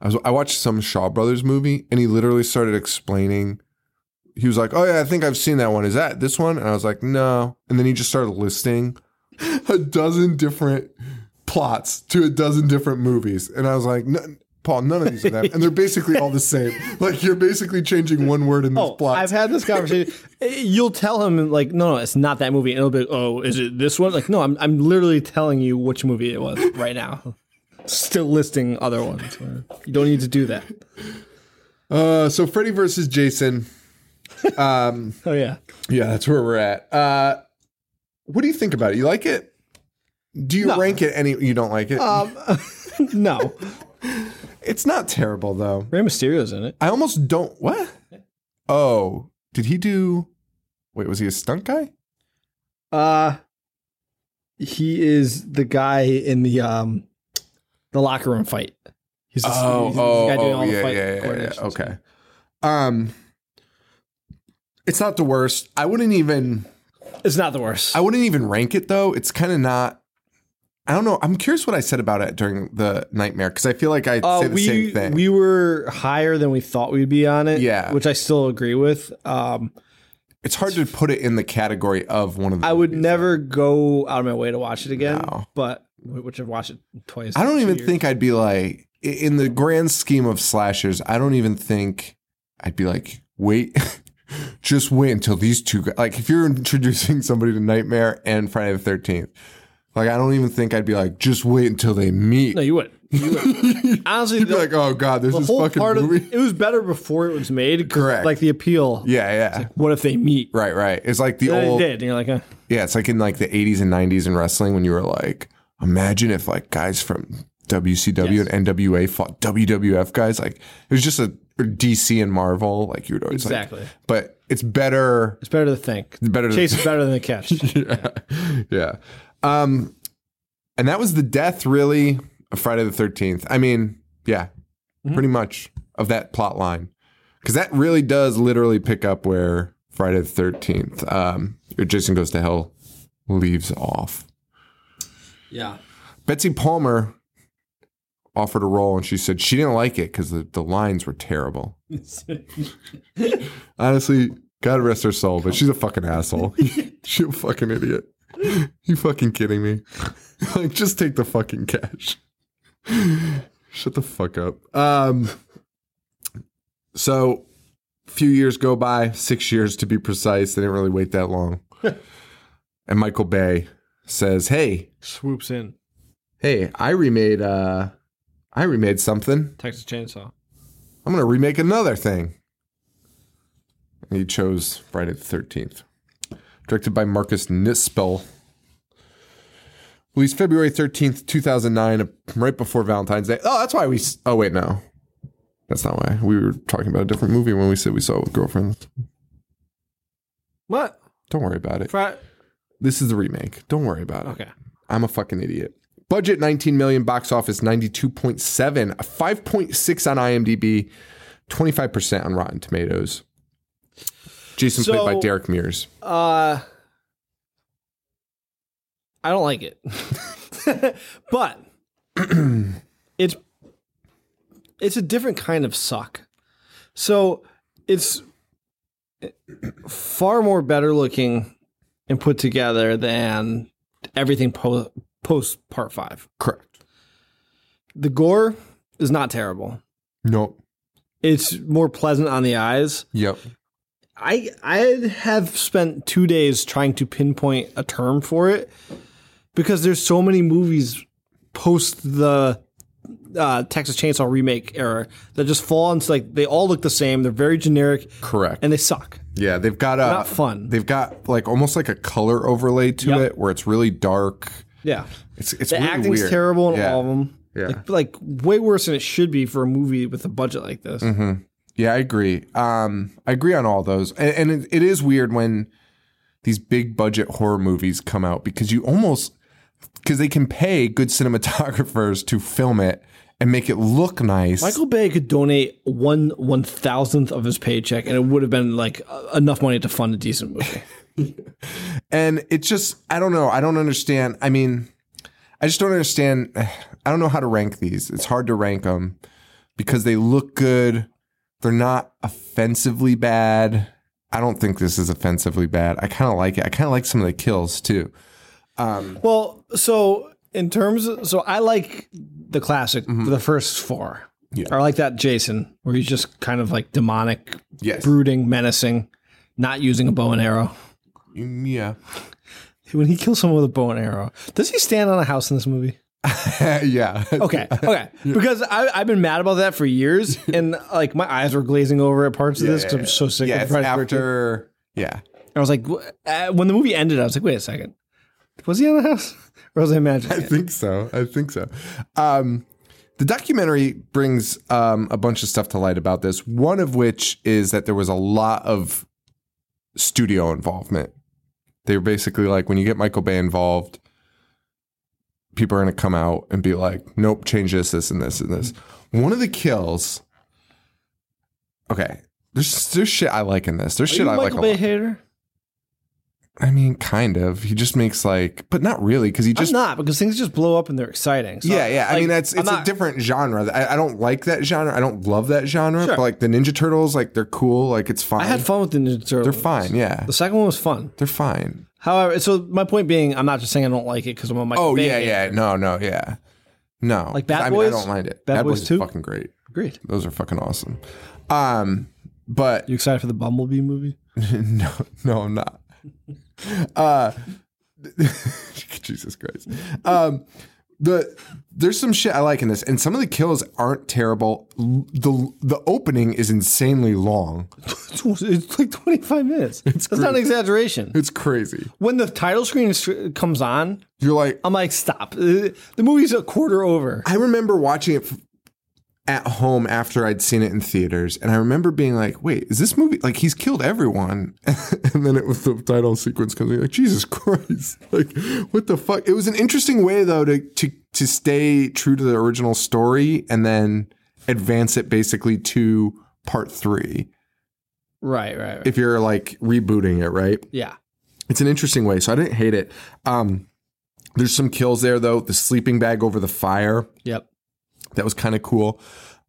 I was I watched some Shaw Brothers movie and he literally started explaining he was like, "Oh yeah, I think I've seen that one. Is that this one?" And I was like, "No." And then he just started listing a dozen different plots to a dozen different movies. And I was like, "No, Paul, none of these are that. and they're basically all the same. Like you're basically changing one word in this
Oh,
plot.
I've had this conversation. Eh, You'll tell him like, no, no, it's not that movie. And it'll be, like, oh, is it this one? Like, no, I'm, I'm literally telling you which movie it was right now. Still listing other ones. You don't need to do that.
uh, so Freddy versus Jason. um,
Oh yeah,
Yeah, that's where we're at. Uh, what do you think about it? You like it? Do you rank it any? You don't like it?
Uh, Um, no,
it's not terrible though.
Rey Mysterio's in it.
I almost don't. What? Oh, did he do? Wait, was he a stunt guy?
Uh he is the guy in the um the locker room fight. He's the-
Oh,
he's the guy doing all the fight coordination.
Okay. Um, it's not the worst. I wouldn't even.
It's not the worst.
I wouldn't even rank it though. It's kind of not. I don't know. I'm curious what I said about it during the nightmare because I feel like I
uh,
say the
we
same thing.
we were higher than we thought we'd be on it.
Yeah.
which I still agree with. Um,
it's hard to put it in the category of one of the.
I would
movies.
never go out of my way to watch it again.
No.
But which I've watched it twice.
I don't
two
even
years.
think I'd be like i- in the grand scheme of slashers. I don't even think I'd be like wait. Just wait until these two gu- like if you're introducing somebody to Nightmare and Friday the Thirteenth, like I don't even think I'd be like just wait until they meet.
No, you would. You would. Honestly,
You'd be
the,
like, oh god, there's
the
this
whole
fucking
part
movie.
of it was better before it was made. 'cause,
Correct.
Like the appeal.
yeah, yeah,
What if they meet?
right, right. It's like the
Then it
old
did. And you're like, eh.
Yeah, it's like in like the 80s and 90s in wrestling when you were like, imagine if like guys from WCW and NWA fought WWF guys. Like it was just a or DC and Marvel. Like you would always like-
Exactly.
but it's better.
It's better to think.
better to-
Chase is better than the catch.
yeah. yeah. Um, and that was the death really of Friday the 13th. I mean, yeah, pretty much of that plot line. Cause that really does literally pick up where Friday the 13th, um, or Jason goes to hell leaves off.
yeah.
Betsy Palmer offered a role and she said she didn't like it because the, the lines were terrible. Honestly, God rest her soul, but she's a fucking asshole. she's a fucking idiot. You fucking kidding me? like, just take the fucking cash. Shut the fuck up. Um, so, few years go by, six years to be precise. They didn't really wait that long. and Michael Bay says, "Hey,
Swoops in.
hey, I remade uh I remade something.
Texas Chainsaw.
I'm gonna remake another thing. And he chose Friday the thirteenth. Directed by Marcus Nispel. Released February thirteenth, two thousand nine, uh, right before Valentine's Day. Oh, that's why we. s- Oh wait, no, that's not why. We were talking about a different movie when we said we saw it with girlfriends.
What?
Don't worry about it.
Fri-
This is the remake. Don't worry about it.
okay.
I'm a fucking idiot. Budget 19 million, box office 92.7, a 5.6 on IMDb, 25% on Rotten Tomatoes. Jason
So-
played by Derek Mears.
Uh, I don't like it, but it's it's a different kind of suck. So it's far more better looking and put together than everything po- post part five.
Correct.
The gore is not terrible.
Nope.
It's more pleasant on the eyes.
Yep.
I I have spent two days trying to pinpoint a term for it because there's so many movies post the uh, Texas Chainsaw remake era that just fall into like they all look the same. They're very generic
Correct.
and they suck.
yeah, they've got a
Not fun.
They've got like almost like a color overlay to
Yep.
it where it's really dark.
Yeah,
It's it's
the
really
acting's
weird.
terrible in
Yeah.
all of them.
Yeah.
Like, like way worse than it should be for a movie with a budget like this.
Mm-hmm. Yeah, I agree. Um, I agree on all those, and, and it, it is weird when these big budget horror movies come out because you almost because they can pay good cinematographers to film it and make it look nice.
Michael Bay could donate one one thousandth of his paycheck, and it would have been like uh, enough money to fund a decent movie.
and it's just I don't know. I don't understand. I mean, I just don't understand. I don't know how to rank these. It's hard to rank them because they look good. They're not offensively bad. I don't think this is offensively bad. I kind of like it. I kind of like some of the kills too. Mm-hmm.
Well, so in terms of, so I like the classic, the first four. Or like that Jason, where he's just kind of like demonic,
Yes.
brooding, menacing, not using a bow and arrow.
Mm, Yeah.
When he kills someone with a bow and arrow, does he stand on a house in this movie?
yeah.
Okay, okay. Because I, I've been mad about that for years, and like my eyes were glazing over at parts of this because I'm so sick
Yeah.
of
It's
Freddy Krueger.
after. Yeah.
I was like, wh- uh, when the movie ended, I was like, wait a second, was he on the house, or was I imagining?
I
it?
think so. I think so. Um, the documentary brings um, a bunch of stuff to light about this. One of which is that there was a lot of studio involvement. They were basically like, when you get Michael Bay involved, people are going to come out and be like, nope, change this, this, and this, and this. One of the kills. Okay. There's, there's shit I like in this. There's
Are
shit
you a
I like
Michael
a
Bay
lot.
hater?
I mean, kind of. He just makes like, but not really, because he just
I'm not because things just blow up and theyey're exciting. So,
yeah, yeah. I
like,
mean, that's
I'm
it's a
not-
different genre. I, I don't like that genre. I don't love that genre.
Sure.
But like the Ninja Turtles, like they're cool. Like it's fine.
I had fun with the Ninja Turtles.
They're fine. Yeah,
The second one was fun.
they're fine.
However, so my point being, I'm not just saying I don't like it because I'm a Michael
Oh
Bay
yeah,
hater.
yeah. No, no, yeah. No,
Like Bad
I mean,
Boys?
I don't mind it.
Bad Boys
is
2?
fucking great.
Great.
Those are fucking awesome. Um, but
You excited for the Bumblebee movie?
no, no, I'm not. Uh, Jesus Christ. Um, the there's some shit I like in this, and some of the kills aren't terrible. L- The the opening is insanely long.
It's, it's like 25 minutes. That's not an exaggeration.
It's crazy.
When the title screen is- comes on,
You're like,
I'm like, stop. Uh, The movie's a quarter over.
I remember watching it f- at home after I'd seen it in theaters, and I remember being like, "Wait, is this movie like he's killed everyone?" and then it was the title sequence comes in, like, "Jesus Christ! Like, what the fuck?" It was an interesting way though to to to stay true to the original story and then advance it basically to part three
Right, right, right.
if you're like rebooting it, right?
yeah.
it's an interesting way. So I didn't hate it. Um, there's some kills there though. The sleeping bag over the fire
Yep.
that was kind of cool.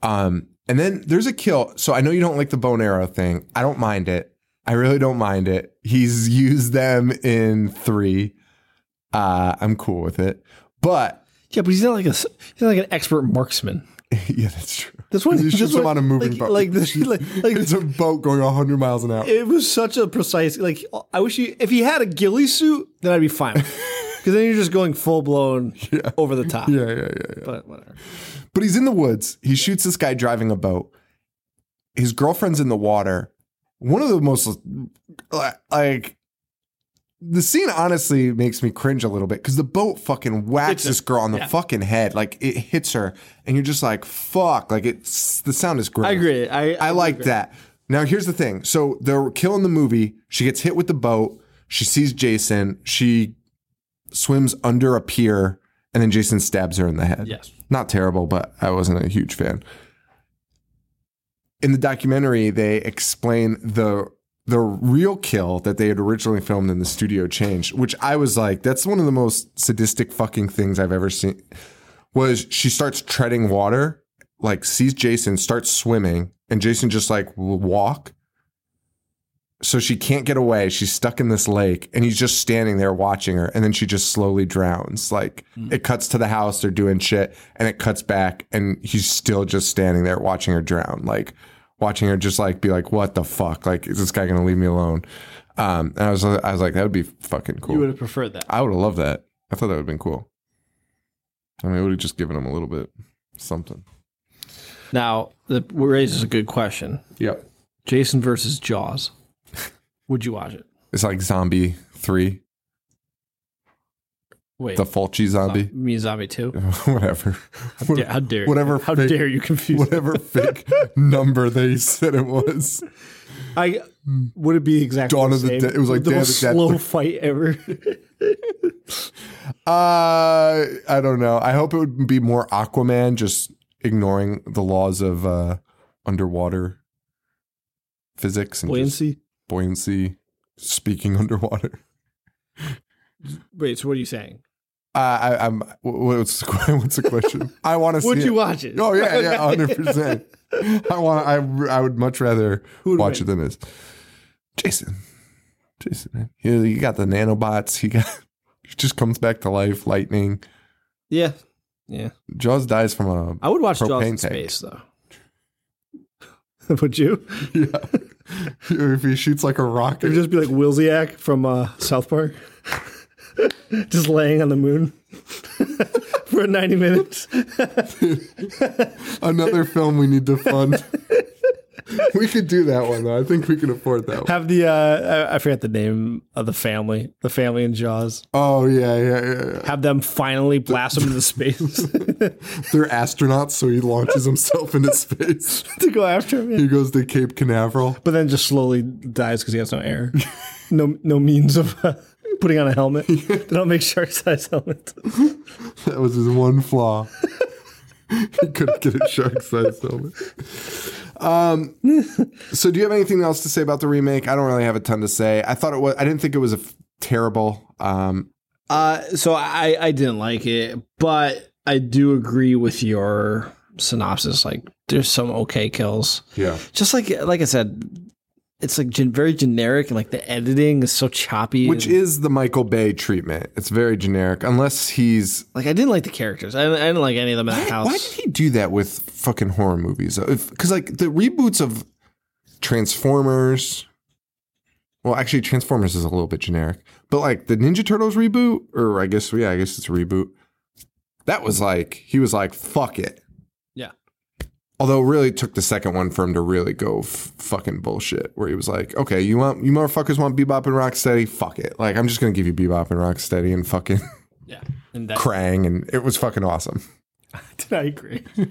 Um, and then there's a kill. So I know you don't like the bone arrow thing. I don't mind it. I really don't mind it. He's used them in three. Uh, I'm cool with it. But
Yeah, but he's not like a s- he's not like an expert marksman.
yeah, that's true.
This one
He
this
shoots them on
one-
a moving
like,
boat.
Like, this, like, like
it's a boat going 100 miles an hour.
it was such a precise like i wish he if he had a ghillie suit then i'd be fine because then you're just going full blown over the top
yeah, yeah, yeah.
but whatever
But he's in the woods. He shoots this guy driving a boat. His girlfriend's in the water. One of the most like the scene honestly makes me cringe a little bit because the boat fucking whacks this girl on the fucking head. Like it hits her, and you're just like, fuck. Like it's the sound is great.
i agree i
I like that. Now here's the thing. So they're killing the movie. She gets hit with the boat. She sees Jason. She swims under a pier, and then Jason stabs her in the head.
Yes.
Not terrible, but I wasn't a huge fan. In the documentary, they explain the the real kill that they had originally filmed in the studio changed, which I was like, that's one of the most sadistic fucking things I've ever seen was she starts treading water, like sees Jason, starts swimming, and Jason just like will walk. So she can't get away. She's stuck in this lake, and he's just standing there watching her. And then she just slowly drowns. Like it cuts to the house, they're doing shit, and it cuts back, and he's still just standing there watching her drown. Like watching her just like be like, "What the fuck? Like is this guy gonna leave me alone?" Um, and I was I was like, that would be fucking cool.
you would have preferred that
I would have loved that. I thought that would have been cool. I mean, it would have just given him a little bit something.
now that raises a good question
Yep.
jason versus jaws would you watch it
It's like Zombie 3,
wait
the Fulci zombie.
me and zombie 2
whatever.
yeah, how dare
Whatever
you. how
fake-
dare you confuse me.
Whatever fake number they said it was.
i would it be exactly
Hmm. Dawn
the
of the
same?
Dead- it was like
the
Day of
most
the Dead
slow
three.
fight ever
Uh, I don't know. I hope it would be more Aquaman, just ignoring the laws of uh, underwater physics and just
buoyancy
buoyancy, speaking underwater.
wait so what are you saying
Uh, I, I'm. wh- What's the, que- what's the question? I want to see.
would
it.
you watch it
Oh yeah, yeah, hundred percent. I want. I I would much rather
would
watch it
win?
than this. Jason, Jason, man, you, you got the nanobots. He got. He just comes back to life. Lightning.
yeah yeah
Jaws dies from a
I would watch Jaws
Propane
in
tank.
space though. Would you?
if he shoots like a
It'd
rocket.
just be like Wilsiak from uh, South Park, just laying on the moon for 90 minutes.
Another film we need to fund. we could do that one though. I think we can afford that one.
Have the uh, I, I forget the name of the family, the family in Jaws.
Oh yeah, yeah, yeah. yeah.
Have them finally blast them into space
They're astronauts, so he launches himself into space.
to go after him. yeah.
He goes to Cape Canaveral.
But then just slowly dies because he has no air, no no means of uh, putting on a helmet. They don't make shark size helmets.
That was his one flaw. he couldn't get a shark sized helmet. Um, so, do you have anything else to say about the remake? I don't really have a ton to say. I thought it was. I didn't think it was a f- terrible. Um,
Uh, so I I didn't like it, but I do agree with your synopsis. Like, there's some okay kills.
yeah.
Just like like I said, it's like gen- very generic, and like the editing is so choppy.
Which
and-
is the Michael Bay treatment. It's very generic, unless he's.
like I didn't like the characters. I, I didn't like any of them in that house.
Why did he do that with fucking horror movies? Because like the reboots of Transformers. Well, actually, Transformers is a little bit generic, but like the Ninja Turtles reboot, or I guess yeah, I guess it's a reboot. That was like he was like fuck it.
Yeah.
Although it really took the second one for him to really go f- fucking bullshit, where he was like, okay, you want you motherfuckers want Bebop and Rocksteady? Fuck it. Like I'm just gonna give you Bebop and Rocksteady and fucking
yeah, and that,
Krang, and it was fucking awesome.
I agree.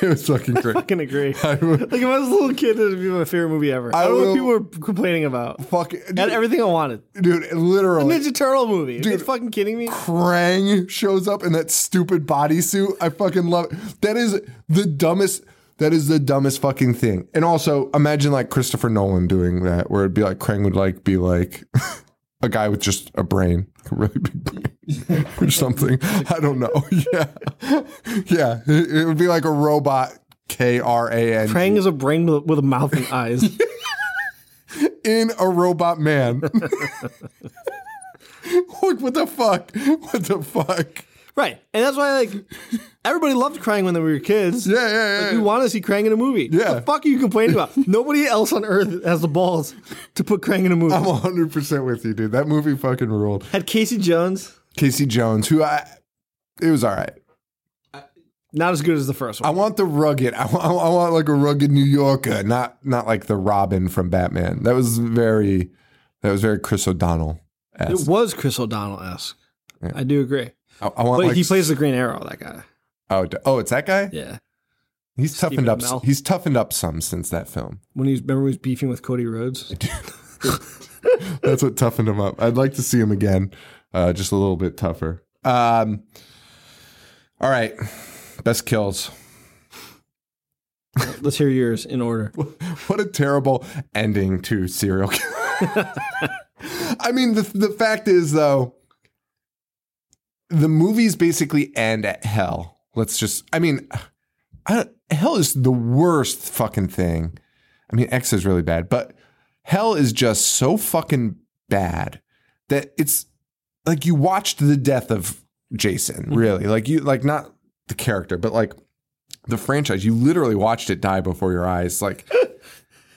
It was fucking great.
fucking agree. like if I was a little kid, it would be my favorite movie ever. I, don't know
will-
what people were complaining about.
Fuck it.
I had everything I wanted.
dude, literally.
Ninja Turtle movie. Are you fucking kidding me?
Krang shows up in that stupid bodysuit. I fucking love it. That is the dumbest. That is the dumbest fucking thing. And also, imagine like Christopher Nolan doing that, where it'd be like Krang would like be like a guy with just a brain, a really big brain, or something. I don't know. Yeah, yeah. It, it would be like a robot. K R A N
Krang is a brain with, with a mouth and eyes.
in a robot man. Like, what the fuck? What the fuck?
Right. And that's why like everybody loved Krang when they were kids.
Yeah, yeah, yeah.
Like, you want to see Krang in a movie.
Yeah.
What the fuck are you complaining about? Nobody else on earth has the balls to put Krang in a movie.
I'm 100% with you, dude. That movie fucking ruled.
Had Casey Jones,
Casey Jones, who I, it was all right.
not as good as the first
I
one.
want the rugged. I want, I want like a rugged New Yorker, not not like the Robin from Batman. That was very, that was very Chris O'Donnell.
It was Chris O'Donnell esque. I do agree.
I, I want
But
like
he plays the Green Arrow, that guy.
oh d- oh it's that guy.
Yeah.
he's
Stephen
toughened up.
Amell.
He's toughened up some since that film.
When he's remember when he was beefing with Cody Rhodes?
That's what toughened him up. I'd like to see him again, uh, just a little bit tougher. Um, all right, best kills.
Let's hear yours in order.
What a terrible ending to serial killer. I mean, the the fact is though, the movies basically end at hell. Let's just. I mean, I, hell is the worst fucking thing. I mean, X is really bad, but hell is just so fucking bad that it's like you watched the death of Jason. Really, like you like not the character, but like the franchise. You literally watched it die before your eyes. Like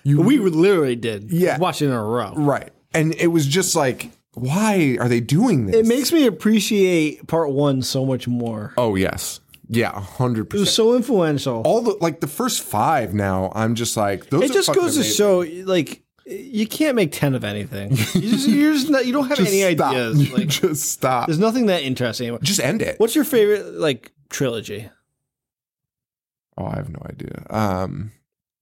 We literally did.
Yeah.
Watching in a row.
Right. And it was just like, why are they doing this?
It makes me appreciate part one so much more.
oh, yes. Yeah,
It
100%.
was so influential.
All the, like the first five now, I'm just like, those
it
are
just
fucking
goes to
amazing.
show like you can't make 10 of anything you just you're just not, you don't have
Just
any
stop.
ideas like
just stop.
there's nothing that interesting anymore.
Just end it.
what's your favorite like trilogy
Oh, I have no idea. Um,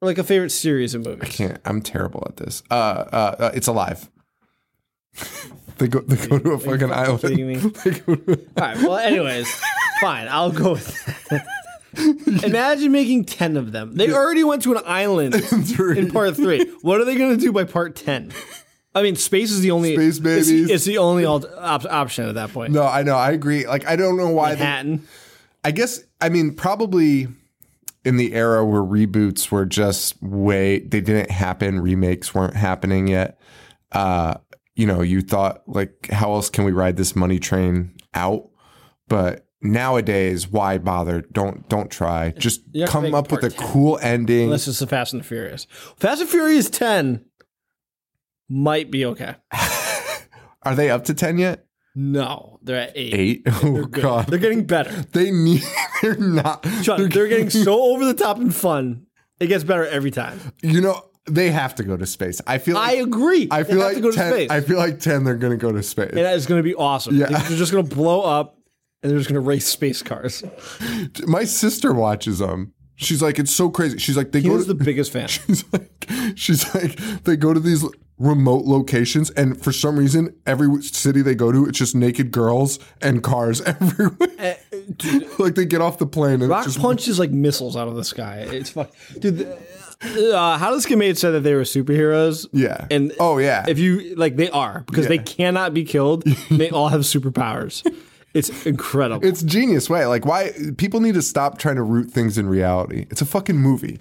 or like a favorite series of
I
movies
can't. I'm terrible at this. Uh, uh, uh it's alive. they go. They go to a fucking island.
kidding me?
They go to-
all right well anyways fine i'll go with that imagine making 10 of them they already went to an island in part 3 what are they going to do by part 10 i mean space is the only
Space
it's-
babies.
it's, the only alt- op- option at that point
no, I know. I agree. Like, I don't know why. They,
Manhattan.
I guess I mean probably in the era where reboots were just way they didn't happen, remakes weren't happening yet. Uh, you know, you thought like, how else can we ride this money train out? But nowadays, why bother? Don't don't try. Just
You have to
come
make
up with a
part 10.
cool ending.
Unless it's the Fast and the Furious. Fast and Furious 10 might be okay.
Are they up to ten yet?
No, they're at 8.
Eight. Oh
They're good.
god,
They're getting better.
they need. They're not.
Sean, they're, getting so over the top and fun. It gets better every time.
You know they have to go to space. I feel.
I
Like,
agree.
I
They
feel
have
like
to go to
ten.
space.
I feel like ten. They're gonna go to space.
and that is going to be awesome.
Yeah.
They're just going to blow up and they're just going to race space cars.
My sister watches them. She's like, it's so crazy. She's like, they
He
go
was
to
the biggest fan.
she's like she's like they go to these remote locations and for some reason every city they go to it's just naked girls and cars everywhere like they get off the plane and
Eh, Rock
it's just
punches like missiles out of the sky. It's fuck, dude. The, uh, how does Kimade said that they were superheroes?
yeah
and
oh yeah
if you like, they are because they cannot be killed. they all have superpowers. It's incredible.
it's genius way like why people need to stop trying to root things in reality it's a fucking movie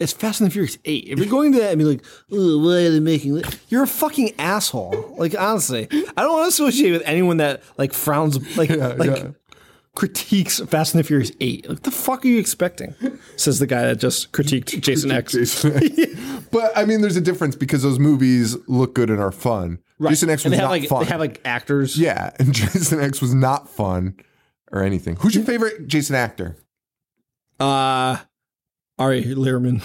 It's Fast and the Furious Eight. If you're going to that and be like, "Ugh, "Why are they making?" Li-? You're a fucking asshole. Like honestly, I don't want to associate with anyone that like frowns like like
yeah.
critiques Fast and the Furious Eight. Like the fuck are you expecting? Says the guy that just critiqued Jason X.
but i mean there's a difference because those movies look good and are fun jason x
And
was
they have
not
like
fun
they have like actors.
yeah and jason x was not fun or anything who's your favorite jason actor
Uh Ari Lehrman.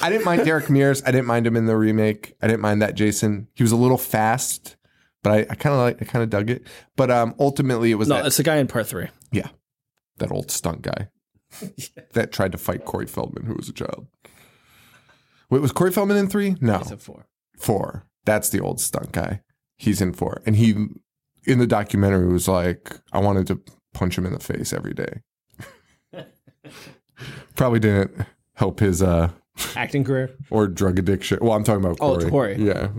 I didn't mind Derek Mears. I didn't mind him in the remake. I didn't mind that Jason. He was a little fast, but I, I kind of like. I kind of dug it. But um, ultimately, it was
No,
that,
it's the guy in part three.
yeah, that old stunt guy that tried to fight Corey Feldman, who was a child. Wait, was Corey Feldman in three? No,
four.
four. That's the old stunt guy. He's in four, and he in the documentary was like, I wanted to punch him in the face every day. Probably didn't help his uh
Acting career.
or drug addiction. Well, I'm talking about
Oh,
Corey.
Corey.
Yeah.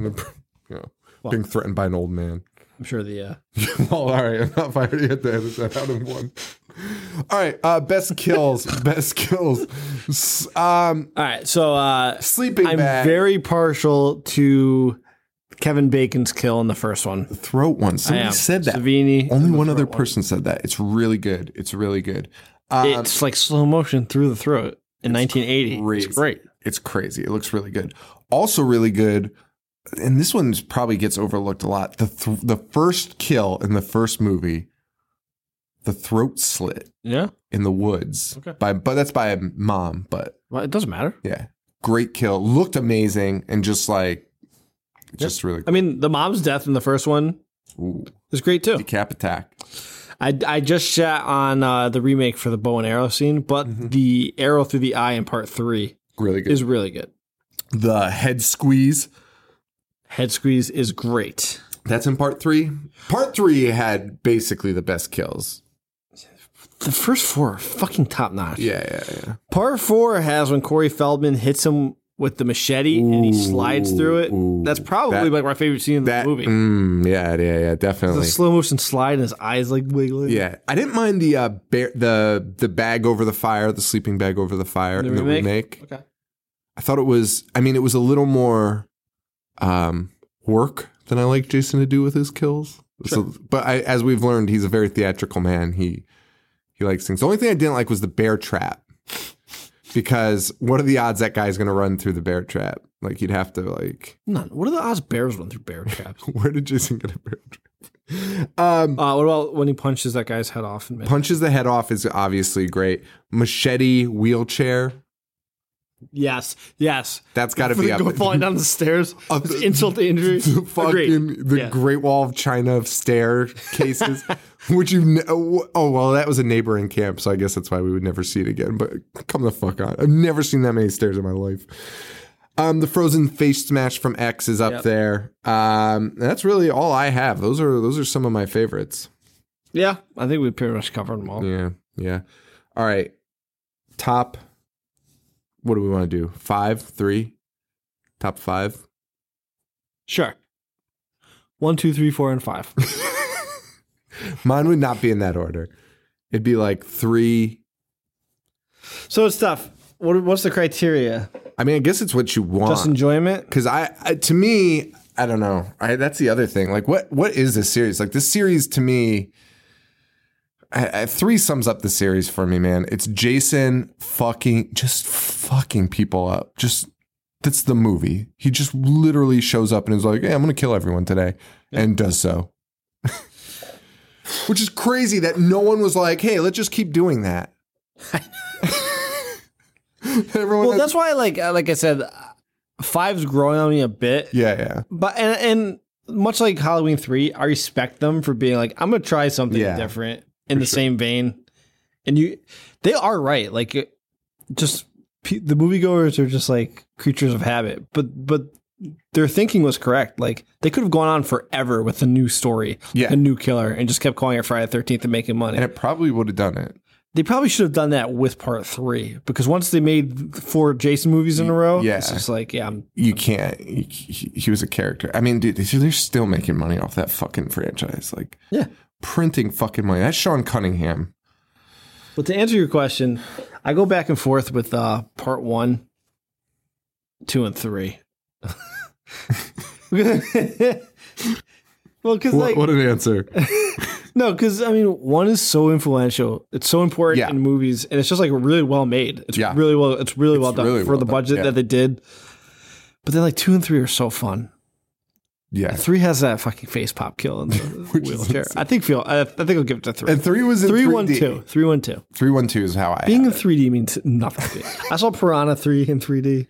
Yeah. Being threatened by an old man.
I'm sure the uh
well, all right. I'm not fired yet. To edit that out in one. All right. Uh, best kills. best kills. S- Um,
All right, so uh
sleeping
I'm
bag.
very partial to Kevin Bacon's kill in the first one.
throat one. Somebody
am.
said that. Oh
Savini
Only one other person said that. It's really good. It's really good. Um,
It's like slow motion through the throat in 1980.
crazy.
It's great.
It's crazy. It looks really good. Also, really good. And this one probably gets overlooked a lot. The th- the first kill in the first movie, the throat slit
Yeah.
in the woods.
Okay.
By but that's by a mom. But
Well, it doesn't matter.
yeah, great kill. Looked amazing and just like, just really.
I mean, the mom's death in the first one
Ooh,
is great too.
cap attack.
I, I just shat on uh, the remake for the bow and arrow scene, but the arrow through the eye in part three
Really Mm-hmm. good.
is really good.
the head squeeze.
Head squeeze is great.
That's in part three. Part three had basically the best kills.
The first four are fucking top notch.
Yeah, yeah, yeah.
Part four has when Corey Feldman hits him with the machete and he slides through it.
ooh.
That's probably
That-
like my favorite scene in
That
the movie.
mm, yeah, yeah, yeah. Definitely.
The slow motion slide and his eyes like wiggling.
Yeah, I didn't mind the uh, bear, the the bag over the fire, the sleeping bag over the fire,
The
in the
remake?
remake.
Okay.
I thought it was. I mean, it was a little more um, work than I like Jason to do with his kills. So, but I, as we've learned, he's a very theatrical man. He he likes things. The only thing I didn't like was the bear trap, because what are the odds that guy's going to run through the bear trap? Like you'd have to like.
None. What are the odds bears run through bear traps?
Where did Jason get a bear trap?
uh, what about when he punches that guy's head off? And
Punches the head off is obviously great. Machete wheelchair.
yes, yes.
That's got to
For
be
the
up
go
there.
falling down the stairs.
Up-
It's insult to injury.
the
Agreed.
fucking the
Yeah.
Great Wall of China of staircases, which you ne- oh well that was a neighboring camp, so I guess that's why we would never see it again. But come the fuck on, I've never seen that many stairs in my life. Um, the frozen face smash from X is up there. Um, that's really all I have. Those are those are some of my favorites.
Yeah, I think we pretty much covered them all.
Yeah, yeah. All right, top. What do we want to do? Five, three, top five.
Sure. One, two, three, four, and five.
Mine would not be in that order. It'd be like three.
so it's tough. What, what's the criteria?
I mean, I guess it's what you
Just
want.
enjoyment?
Because I, I, to me, I don't know. I, that's the other thing. Like, what, what is this series? Like, this series to me, I, I, three sums up the series for me, man. It's Jason fucking just fucking people up. Just that's the movie. He just literally shows up and is like, "Hey, I'm gonna kill everyone today," and does so. Which is crazy that no one was like, "Hey, let's just keep doing that." everyone,
Well,
has-
that's why, like, uh, like I said, uh, five's growing on me a bit.
yeah, yeah,
But and and much like Halloween three, I respect them for being like, I'm gonna try something
Yeah,
different in the same vein. And you, they are right. Like, it- just pe- the moviegoers are just like creatures of habit. But but their thinking was correct. Like they could have gone on forever with a new story,
Yeah.
a new killer, and just kept calling it Friday the Thirteenth and making money.
and it probably would have done it.
they probably should have done that with part three because once they made four Jason movies in a row,
Yeah.
it's just like yeah, I'm
you can't. He, he- he was a character. I mean, dude, they- they're still making money off that fucking franchise. Like,
Yeah.
printing fucking money. That's Sean Cunningham.
But to answer your question, I go back and forth with uh, part one, two, and three. well, because like
an answer!
no, because I mean, one is so influential. It's so important
Yeah.
in movies, and it's just like really well made. It's
Yeah.
really well. It's really well done
really
for
well
the
done,
budget
yeah.
that they did. But then, like two and three are so fun.
Yeah,
Three has that fucking face pop kill in the wheelchair. I think feel. I, I think I'll give it to three.
and three was in
Three,
3D.
one, two. Three, one, two.
Three one two is how I.
Being in 3D means nothing to me. I saw Piranha 3 in 3D.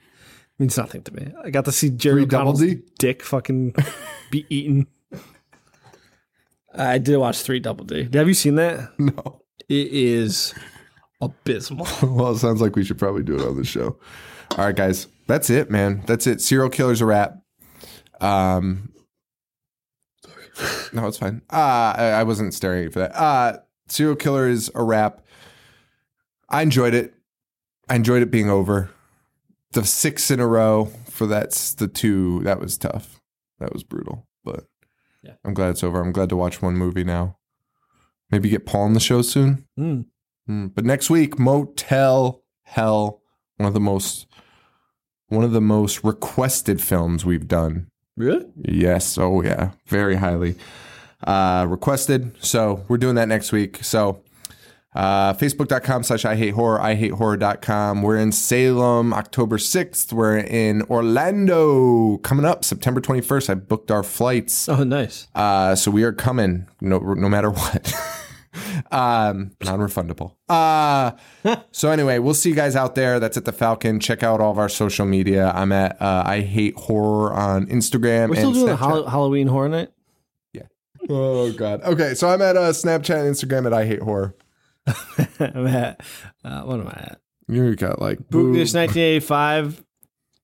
Means nothing to me. I got to see Jerry
Three double
O'Connell's
D?
dick fucking be eaten. I did watch 3 Double D. Have you seen that?
no.
It is abysmal.
Well, it sounds like we should probably do it on the show. All right, guys, that's it, man. That's it. Serial killers a wrap. Um, no, it's fine. Uh, I, I wasn't staring at you for that. Uh, serial killer is a wrap. I enjoyed it. I enjoyed it being over. The six in a row for that's the two. That was tough. That was brutal. But
Yeah.
I'm glad it's over. I'm glad to watch one movie now. Maybe get Paul on the show soon.
Mm.
Mm, But next week, Motel Hell, one of the most one of the most requested films we've done
Really?
Yes. Oh, yeah. Very highly uh, requested. So we're doing that next week. So uh, facebook.com slash I hate horror, I hate horror.com. We're in Salem October 6th. We're in Orlando coming up September 21st. I booked our flights.
Oh, nice.
Uh, so we are coming no, no matter what. um, non refundable. Uh, so anyway, we'll see you guys out there. That's at the Falcon. Check out all of our social media. I'm at uh, I hate horror on Instagram.
We're still
and
doing the
Snapchat.
Hall- Halloween Horror Night?
Oh God. Okay, so I'm at uh, Snapchat and Instagram at I hate horror.
I'm at, uh, what am I at?
You got like
Boognish 1985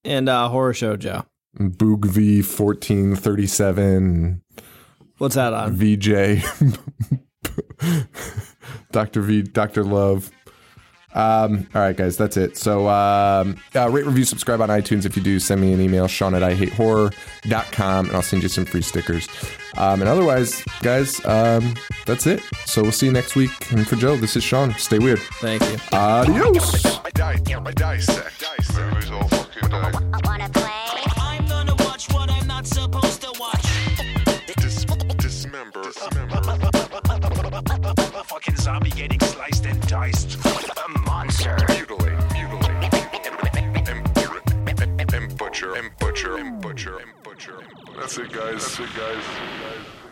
and uh, Horror Show Joe.
Boog V fourteen thirty seven
What's that
Mm-hmm.
on?
VJ Doctor V Doctor Love. Um, all right, guys, that's it. So um, uh, rate, review, subscribe on iTunes. If you do, send me an email, Sean at I hate horror.com, and I'll send you some free stickers. Um, and otherwise, guys, um, that's it. So we'll see you next week. And for Joe, this is Sean. Stay weird.
Thank you.
Adios.
I die, I dissect. Movies all fucking night.
Wanna play?
I'm gonna watch what I'm not supposed to watch.
Dis- dismember. Dismember.
A fucking zombie getting sliced and diced. A monster.
Mutilate. Mutilate. And, and butcher. And butcher. And butcher. And butcher. That's it, guys. That's it, guys.